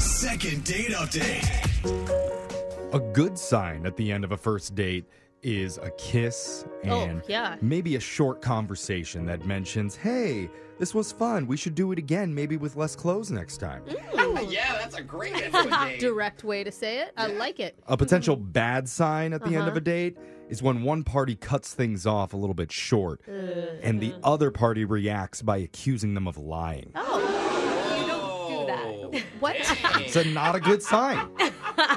Second date update. A good sign at the end of a first date is a kiss Oh, and yeah. maybe a short conversation that mentions, hey, this was fun. We should do it again, maybe with less clothes next time. Mm. Yeah, that's a great end to a date. Direct way to say it. I like it. A potential Mm-hmm. bad sign at the Uh-huh. end of a date is when one party cuts things off a little bit short and the other party reacts by accusing them of lying. Oh, What? It's a not a good sign.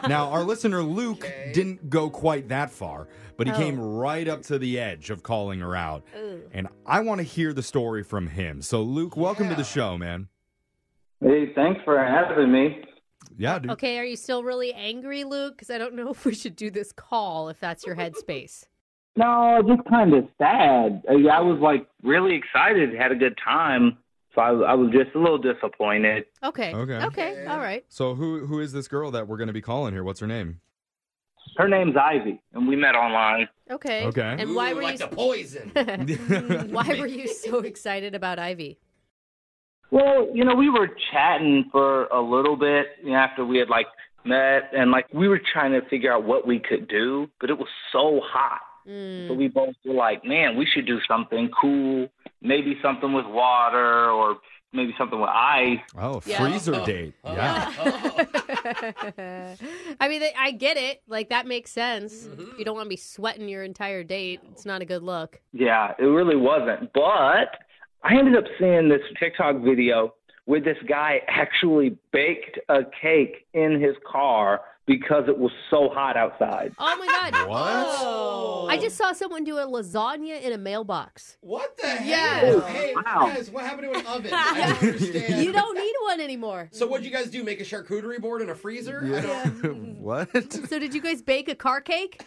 Now, our listener Luke didn't go quite that far, but he came right up to the edge of calling her out. And I want to hear the story from him. So, Luke, welcome to the show, man. Hey, thanks for having me. Yeah, dude. okay, are you still really angry, Luke? Because I don't know if we should do this call if that's your headspace. No, just kind of sad. I I was like really excited, had a good time. So I, I was just a little disappointed. Okay. Okay. Okay. All right. So, who who is this girl that we're going to be calling here? What's her name? Her name's Ivy, and we met online. Okay. Okay. And why Ooh, were like you the poison? why were you so excited about Ivy? Well, you know, we were chatting for a little bit you know, after we had like met, and like we were trying to figure out what we could do, but it was so hot. So Hmm. we both were like, man, we should do something cool, maybe something with water or maybe something with ice. Oh, Yeah. freezer date. Yeah. I mean, I get it. Like that makes sense. Mm-hmm. You don't want to be sweating your entire date. It's not a good look. Yeah, it really wasn't. But I ended up seeing this TikTok video where this guy actually baked a cake in his car because it was so hot outside. Oh my god. What? I just saw someone do a lasagna in a mailbox. What the hell? Yes. Hey, Wow. guys, what happened to an oven? I don't understand. You don't need one anymore. So what'd you guys do? Make a charcuterie board in a freezer? I don't. what? So did you guys bake a car cake?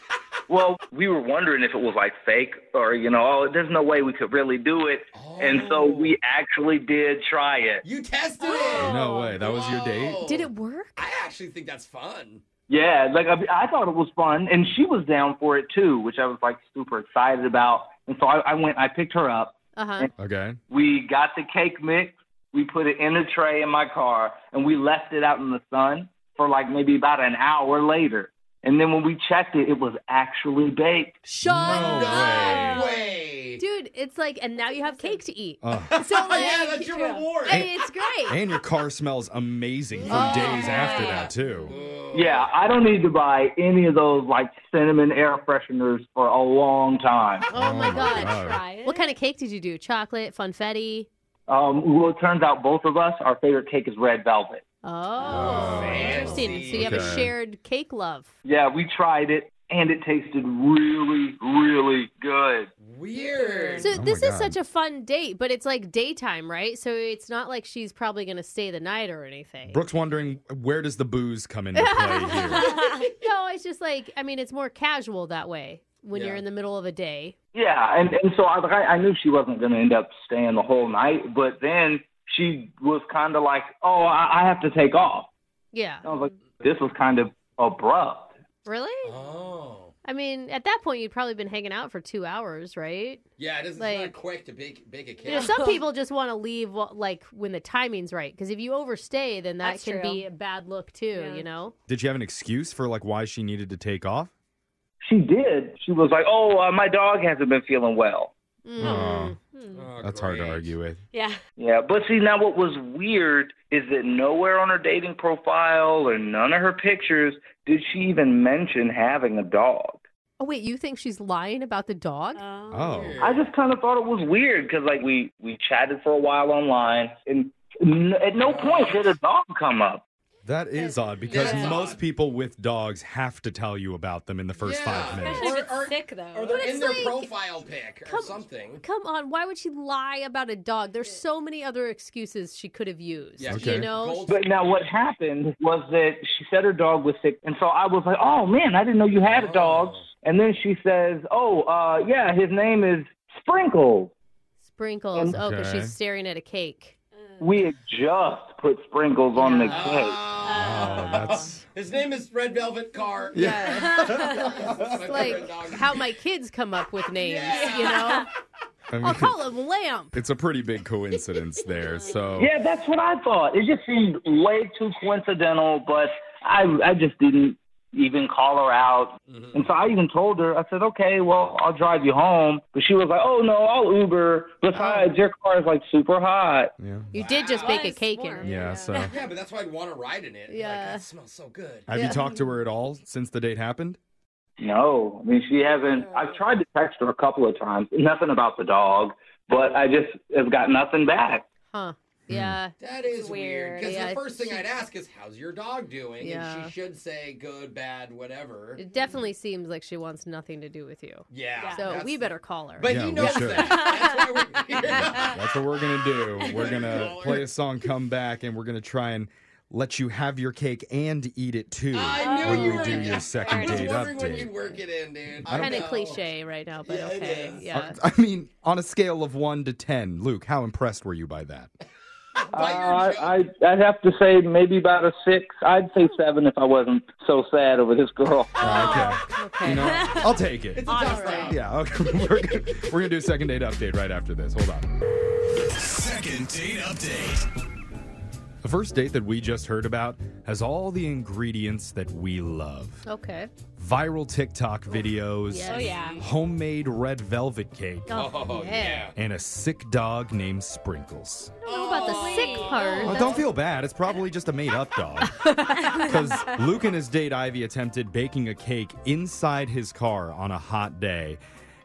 Well, we were wondering if it was like fake or, you know, oh, there's no way we could really do it. And so we actually did try it. You tested it. No way. That was your date? Whoa. Oh. Did it work? I actually think that's fun. Yeah, like I, I thought it was fun, and she was down for it too, which I was like super excited about. And so I, I went, I picked her up, Uh huh. Okay. We got the cake mix. We put it in a tray in my car, and we left it out in the sun for like maybe about an hour later. And then when we checked it, it was actually baked. Shut No up. Way. Dude, it's like, and now you have cake to eat. Uh, So like, yeah, that's your reward. I mean, it's great. and your car smells amazing for Oh, oh. days after that, too. Yeah, I don't need to buy any of those like cinnamon air fresheners for a long time. Oh my god. God. What kind of cake did you do? Chocolate, funfetti? Um, well, it turns out both of us, our favorite cake is red velvet. Oh, interesting. So you have a Okay. shared cake love. Yeah, we tried it, and it tasted really, really good. Weird. So Oh my this is God. such a fun date, but it's like daytime, right? So it's not like she's probably going to stay the night or anything. Brooke's wondering where does the booze come into play here? no, it's just like I mean, it's more casual that way when you're Yeah. in the middle of a day. Yeah, and and so I like, I I knew she wasn't going to end up staying the whole night, but then she was kind of like, "Oh, I, I have to take off." Yeah. Oh. I was like, "This was kind of abrupt." Really? Oh. I mean, at that point, you'd probably been hanging out for two hours, right? Yeah, it is it's Like- not quick to bake bake a cake. You know, some people just want to leave wh- like when the timing's right, because if you overstay, then that That's can true. be a bad look too. You know? Did you have an excuse for like why she needed to take off? She did. She was like, "Oh, uh, my dog hasn't been feeling well." Hmm. Hmm. Mm. Oh, Oh, that's hard to great. argue with. Yeah. Yeah, but see, now what was weird is that nowhere on her dating profile or none of her pictures did she even mention having a dog. Oh wait, you think she's lying about the dog? Uh, Oh, I just kind of thought it was weird because like we we chatted for a while online, and n- at no point did a dog come up. that is odd because That's most odd. people with dogs have to tell you about them in the first Yeah. five minutes. Especially if Or- it's or- sick, Or though. they're in it's their like- profile pic or something. Come on, why would she lie about a dog? There's so many other excuses she could have used. Yeah, Okay. You know? Gold- But now what happened was that she said her dog was sick, and so I was like, "Oh man, I didn't know you had a dog." And then she says, "Oh, uh, yeah, his name is Sprinkles." Sprinkles. Oh, because Okay. she's staring at a cake. We had just put sprinkles on the cake. Oh, that's His name is Red Velvet Car. Yeah. My favorite like dog. how my kids come up with names, Yeah. you know? I mean, I'll call him Lamp. it's a pretty big coincidence there. So Yeah, that's what I thought. It just seemed way too coincidental, but I I just didn't even call her out. And so I even told her, I said, Okay, well, I'll drive you home but she was like, Oh no, I'll Uber. Besides, your car is like super hot. yeah, You did just bake a Was cake warm. in. it. yeah. So Yeah, but that's why I'd want to ride in it. Yeah. Like, Yeah. that smells so good. have you talked to her at all since the date happened? No. I mean she hasn't I've tried to text her a couple of times. Nothing about the dog, but I just have got nothing back. Huh. Yeah. That is weird. weird. Because Yeah, the first thing she- I'd ask is, how's your dog doing? And Yeah. she should say good, bad, whatever. It definitely seems like she wants nothing to do with you. Yeah. So that's- we better call her. But Yeah, he we knows should. that. That's why we're here. That's what we're gonna do. We're gonna Caller. play a song, come back, and we're gonna try and let you have your cake and eat it too I knew when you we were do your gonna- second I was date wondering when you'd update. work it in, dude. I don't Kind of know. cliche right now, but Yeah, it okay. is. Yeah. I mean, on a scale of one to ten, Luke, how impressed were you by that? Uh, Bite your joke. I I- I'd have to say maybe about a six. I'd say seven if I wasn't so sad over this girl. Uh, okay, Oh, Okay. you know, I'll take it. It's a tough round. Yeah, okay. we're gonna, we're gonna do a second date update right after this. Hold on. Second date update. The first date that we just heard about has all the ingredients that we love: okay. viral TikTok videos, Yes. Oh, yeah. homemade red velvet cake, Oh, yeah. and a sick dog named Sprinkles. I don't know about the sick part. Well, Oh, don't feel bad. It's probably just a made-up dog. Because Luke and his date Ivy attempted baking a cake inside his car on a hot day,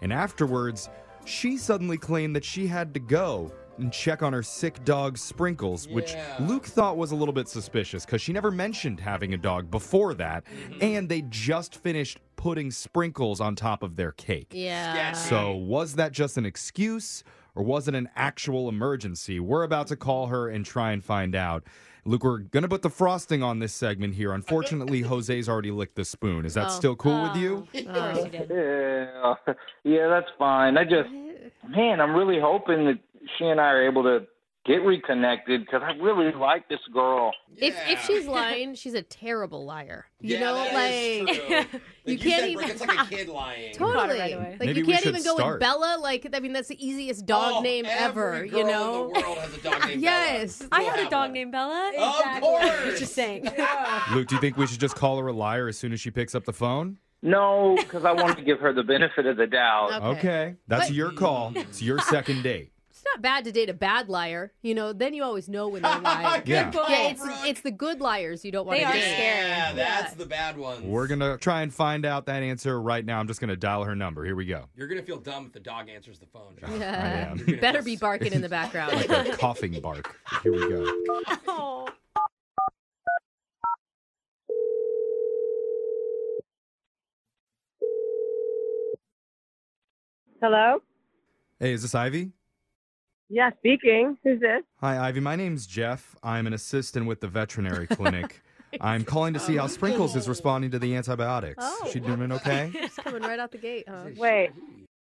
and afterwards, she suddenly claimed that she had to go and check on her sick dog Sprinkles, which Yeah. Luke thought was a little bit suspicious because she never mentioned having a dog before that, and they just finished putting Sprinkles on top of their cake. yeah. Sketch. So, was that just an excuse or was it an actual emergency? We're about to call her and try and find out. Luke, we're going to put the frosting on this segment here. Unfortunately, Jose's already licked the spoon. Oh, Is that still cool with you? Of course uh, you did. Yeah, yeah, that's fine. I just, man, I'm really hoping that she and I are able to get reconnected because I really like this girl. If if Yeah. she's lying, she's a terrible liar. You Yeah, know, that is like true. Like you you can't said, even- Rick, It's like a kid lying. Caught totally. it right away. Like Maybe you we can't should even go start. with Bella. Like I mean, that's the easiest dog Oh, name ever. every girl You know. in the world has a dog named Yes. Bella. I We'll had a have dog one. Oh. named Bella. Of course. Just saying. Luke, do you think we should just call her a liar as soon as she picks up the phone? No, because I want to give her the benefit of the doubt. Okay. Okay. That's But- your call. It's your second date. It's not bad to date a bad liar. You know, then you always know when they're lying. Good Yeah. call, yeah, it's Brooke. it's the good liars you don't want They to are date. scary. Yeah, that's Yeah. the bad ones. We're going to try and find out that answer right now. I'm just going to dial her number. Here we go. You're gonna feel dumb if the dog answers the phone. John. Yeah. I am. You're gonna Better feel be s- barking in the background. Like a coughing bark. Here we go. Oh. Hello? Hey, is this Ivy? Yeah, speaking. Who's this? Hi, Ivy. My name's Jeff. I'm an assistant with the veterinary clinic. I'm calling to see how Sprinkles is responding to the antibiotics. Oh. She doing okay? Just coming right out the gate, huh? Wait,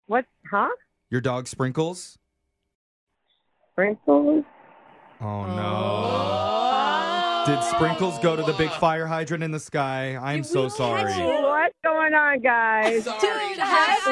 what? Huh? Your dog Sprinkles? Sprinkles? Oh no. Did Sprinkles go to the big fire hydrant in the sky? I'm so sorry. Yeah, What's going on, guys? Sorry.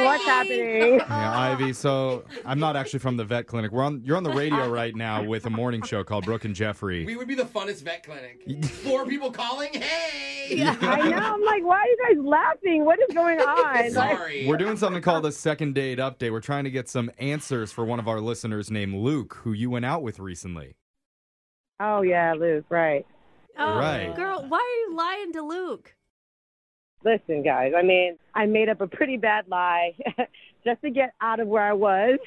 What's happening? Ivy, so I'm not actually from the vet clinic. We're on you're on the radio right now with a morning show called Brooke and Jeffrey. We would be the funnest vet clinic. Four people calling. Hey. I know. I'm like, why are you guys laughing? What is going on? Like, Sorry. We're doing something called a second date update. We're trying to get some answers for one of our listeners named Luke, who you went out with recently. oh, yeah, Luke, right. Oh, Right. girl, why are you lying to Luke? Listen, guys, I mean, I made up a pretty bad lie just to get out of where I was.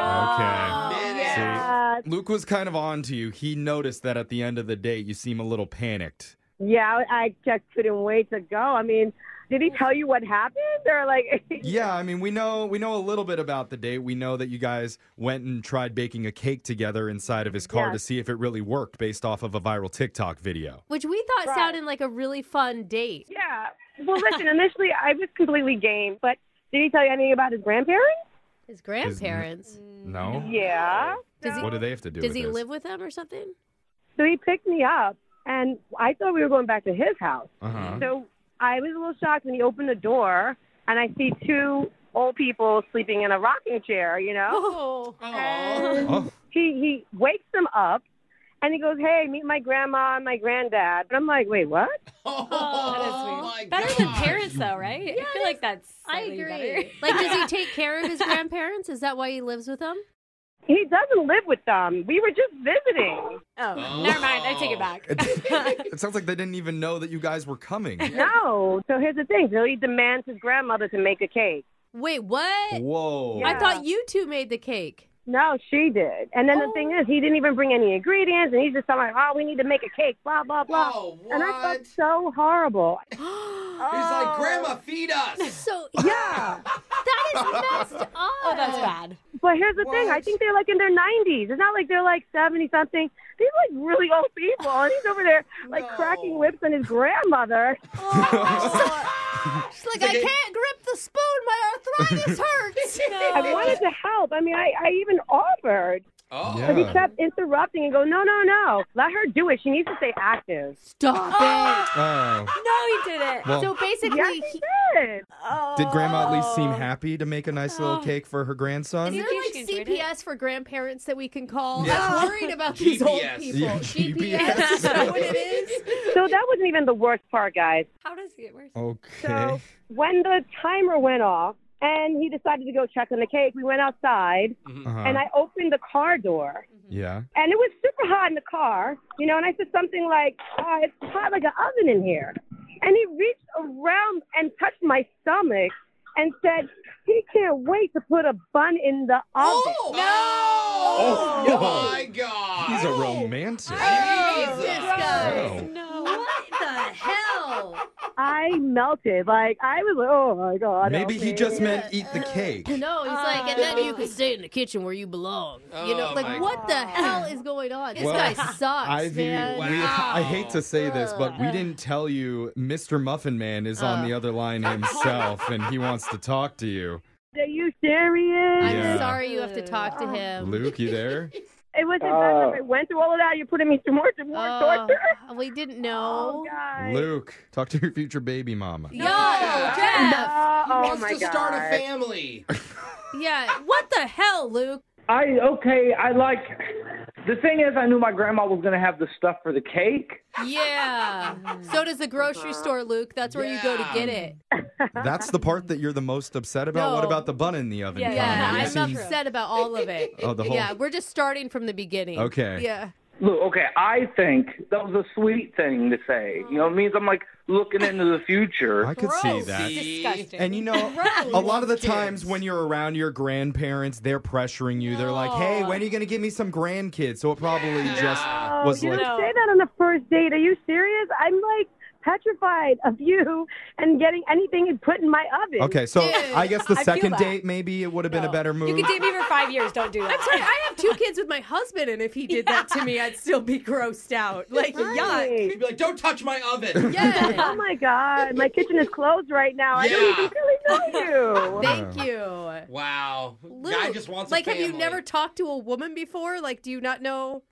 Oh, Okay. Yeah. Uh, Luke was kind of on to you. He noticed that at the end of the date, you seem a little panicked. yeah, I just couldn't wait to go. I mean, did he tell you what happened? Or, like, Yeah, I mean, we know we know a little bit about the date. We know that you guys went and tried baking a cake together inside of his car Yes. to see if it really worked based off of a viral TikTok video. Which we thought Right. sounded like a really fun date. yeah. Well, listen, initially, I was completely game, but did he tell you anything about his grandparents? His grandparents. No? Yeah. Does he- What do they have to do Does with he this? live with them or something? So he picked me up, and I thought we were going back to his house. uh-huh. So I was a little shocked when he opened the door, and I see two old people sleeping in a rocking chair, you know? Oh. And Oh. he he wakes them up and he goes, Hey, meet my grandma and my granddad. And I'm like, Wait, what? Oh, my Better than gosh. parents, though, right? I feel like that's I slightly agree. better. like, does he take care of his grandparents? Is that why he lives with them? He doesn't live with them. We were just visiting. Oh, never mind. I take it back. it sounds like they didn't even know that you guys were coming. No. So here's the thing. So he demands his grandmother to make a cake. Wait, what? Whoa. I thought you two made the cake. No, she did. And Oh. then the thing is, he didn't even bring any ingredients, and he's just telling, oh, we need to make a cake, blah, blah, blah. Oh, And I felt what? so horrible. He's like, Grandma, feed us. So Yeah. that is messed up. Oh, that's bad. but here's the thing. I What? think they're like in their 90s. It's not like they're like 70 something. These are like really old people, and he's over there like No. cracking whips on his grandmother. She's like, I can't grip the spoon. My arthritis hurts. I wanted to help. I mean, I, I even offered, Oh, but he Yeah. kept interrupting and go, no, no, no. Let her do it. She needs to stay active. Stop Oh. No, he did it. it. Well, So Oh. basically, Yes, he- he did. did Grandma at least seem happy to make a nice Oh. little cake for her grandson? Is think she there like enjoyed it? CPS for grandparents that we can call? Yeah. I'm worried about these old GPS. people. Yeah, GPS, is that what it is? So that wasn't even the worst part, guys. How does it get worse? Okay. So when the timer went off and he decided to go check on the cake, we went outside Uh-huh. and I opened the car door. yeah. And it was super hot in the car, you know, and I said something like, oh, it's hot like an oven in here. And he reached around and touched my stomach and said, he can't wait to put a bun in the oven. Oh, Oh. my God. He's a Oh. romantic. Jesus. Oh. No. I melted. Like, I was like, oh my God. Maybe he okay." just meant eat the cake. No, he's like, and then you can stay in the kitchen where you belong. you know, Oh, my like what the hell is going on? This Well, guy sucks, Ivy, man. we- Wow. I hate to say this, but we didn't tell you Mr. Muffin Man is on the other line himself and he wants to talk to you. Are you serious? I'm Yeah. sorry you have to talk to him. Luke, you there? It wasn't Oh. bad enough. I went through all of that. You're putting me through more, through more Oh, torture. we didn't Oh, know. God. Luke, talk to your future baby mama. Yo, Jeff. Uh, oh Wants my to God. start a family. Yeah, what the hell, Luke? I okay. I like the thing is, I knew my grandma was gonna have the stuff for the cake. Yeah. So does the grocery store, Luke. That's where you go to Uh-huh. Yeah. get it. That's the part that you're the most upset about. What No. about the bun in the oven? Yeah, comment? Yeah, You I'm seem- upset about all of it. Oh, the whole- Yeah, we're just starting from the beginning. Okay. Yeah. Look, okay, I think that was a sweet thing to say. You know, it means I'm like looking into the future. I could see that. Disgusting. And you know, a lot of the times when you're around your grandparents, they're pressuring you. They're like, "Hey, when are you going to give me some grandkids?" So it probably just Oh, was you like, don't say that on the first date. Are you serious? I'm like petrified of you and getting anything put in my oven. "Okay, so Dude, I guess the I feel second that. date maybe it would have been a better move." You could date me for five years. Don't do that. Sorry, I have two kids with my husband, and if he did that to me, I'd still be grossed out. Like, yuck. Right. He'd be like, don't touch my oven. Yeah. Oh my God, my kitchen is closed right now. I Yeah. don't even really know you. Thank you. Wow. Luke, Uh. Guy just wants like, a family. have you never talked to a woman before? Like, do you not know?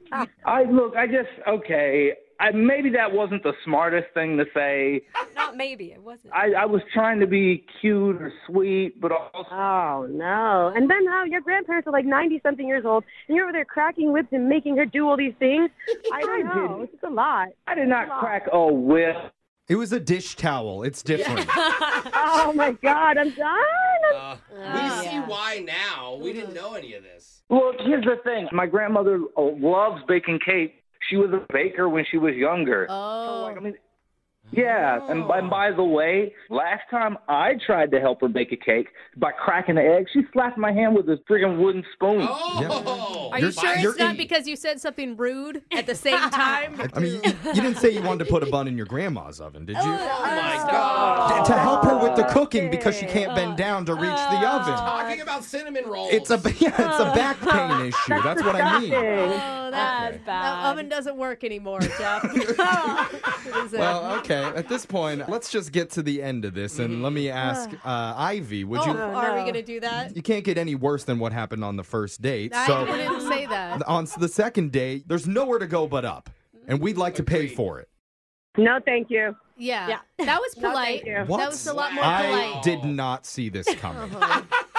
I look, I just okay. I, maybe that wasn't the smartest thing to say. Not maybe. It wasn't. I, I was trying to be cute or sweet, but also Oh no! And then how your grandparents are like ninety something years old, and you're over there cracking whips and making her do all these things. I don't know. It's just a lot. I did not crack a whip. It was a dish towel. It's different. Oh my God, I'm done. I'm Uh, Ah. we see why now. We didn't know any of this. Look, here's the thing. My grandmother uh, loves baking cake. She was a baker when she was younger. Oh. I mean, Oh. yeah, and, by, and by the way, last time I tried to help her bake a cake by cracking an egg, she slapped my hand with a friggin' wooden spoon. Oh. Are you sure you're it's not e- because you said something rude at the same time? I mean, you, you didn't say you wanted to put a bun in your grandma's oven, did you? Oh my God. to help her with the cooking because she can't bend down to reach the oven. Talking about cinnamon rolls. It's a yeah, it's a back pain issue. That's what I mean. disgusting. Uh, Oh, that, that That's bad. oven doesn't work anymore, Jeff. What is it? Well, uh, okay. At this point, let's just get to the end of this and let me ask uh, Ivy. Would oh, you? are we going to do that? You can't get any worse than what happened on the first date. I So wouldn't say that. on the second date, there's nowhere to go but up, and we'd like to pay for it. No, thank you. Yeah. Yeah. That was No, thank polite. you. What? That was a lot more I polite. Oh, did not see this coming.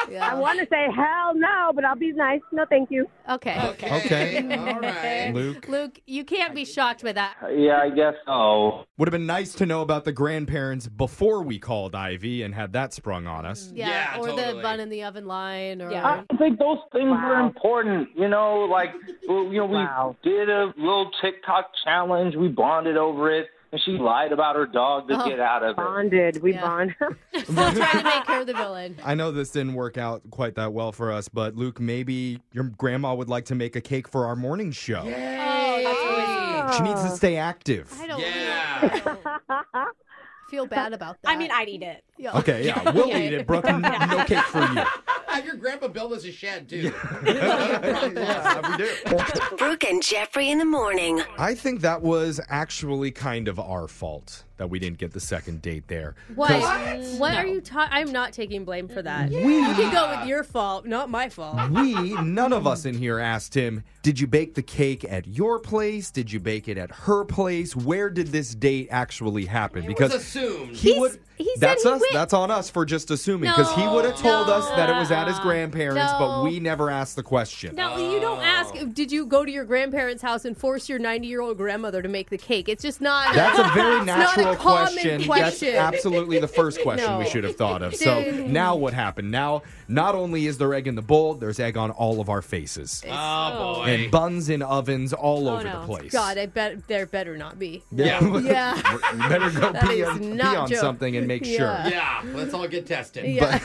Yeah. I want to say hell no, but I'll be nice. No, thank you. okay. Okay. All right. Luke, Luke, you can't be shocked by that. Uh, Yeah, I guess so. would have been nice to know about the grandparents before we called Ivy and had that sprung on us. Yeah. Yeah, or the totally. bun in the oven line or Yeah. I think those things were Wow. important. You know, like well, you know, we Wow. did a little TikTok challenge. We bonded over it, and she lied about her dog to Oh. get out of it. Bonded. We Yeah. bond. still trying to make her the villain. I know this didn't work out quite that well for us, but Luke, maybe your grandma would like to make a cake for our morning show. Oh, Yay. She needs to stay active. I don't Yeah. feel bad about that. I mean, I'd eat it. Yeah. Okay, yeah, we'll Okay. eat it, Brooke. No cake for you. Have your grandpa build us a shed, too. Yeah, we do. Brooke and Jeffrey in the morning. I think that was actually kind of our fault that we didn't get the second date there. What? 'Cause What, are you ta I'm not taking blame for that. You can go with your fault, not my fault. We, none of us in here asked him, did you bake the cake at your place? Did you bake it at her place? Where did this date actually happen? It's assumed. he He's- would he said that's he us went- that's on us for just assuming because he No, would have told no, us that it was at his uh-uh. grandparents but No. we never asked the question Now, you don't ask, Oh. did you go to your grandparents' house and force your 90 year old grandmother to make the cake? It's just not. that's a very not a natural common question. question. That's absolutely the first question we No. should have thought of. So Dude. now what happened? Now not only is there egg in the bowl, there's egg on all of our faces. Oh, boy. And buns in ovens all Oh, over no. the place. God, I bet there better not be. Yeah. Yeah. you better go That pee is on, pee not on joke. something and make sure. Yeah. yeah, let's all get tested. Yeah.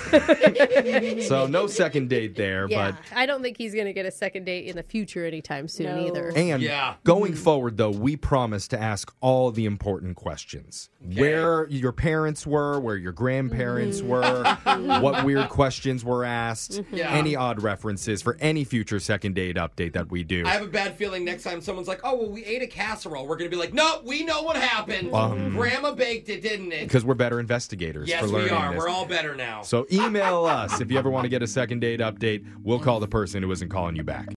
So no second date there, yeah. but I don't think he's going to get a second date in the future anytime soon No. either. And Yeah. going forward, though, we promise to ask all the important questions where your parents were, where your grandparents Mm-hmm. were, what weird questions were asked, Yeah. any odd references for any future second date update that we do. I have a bad feeling next time someone's like, oh, well, we ate a casserole. We're going to be like, no, we know what happened. Grandma baked it, didn't it? Um, Because we're better investigators Yes, for we learning are. this. We're all better now. so email us if you ever want to get a second date update. We'll call the person who isn't calling you back.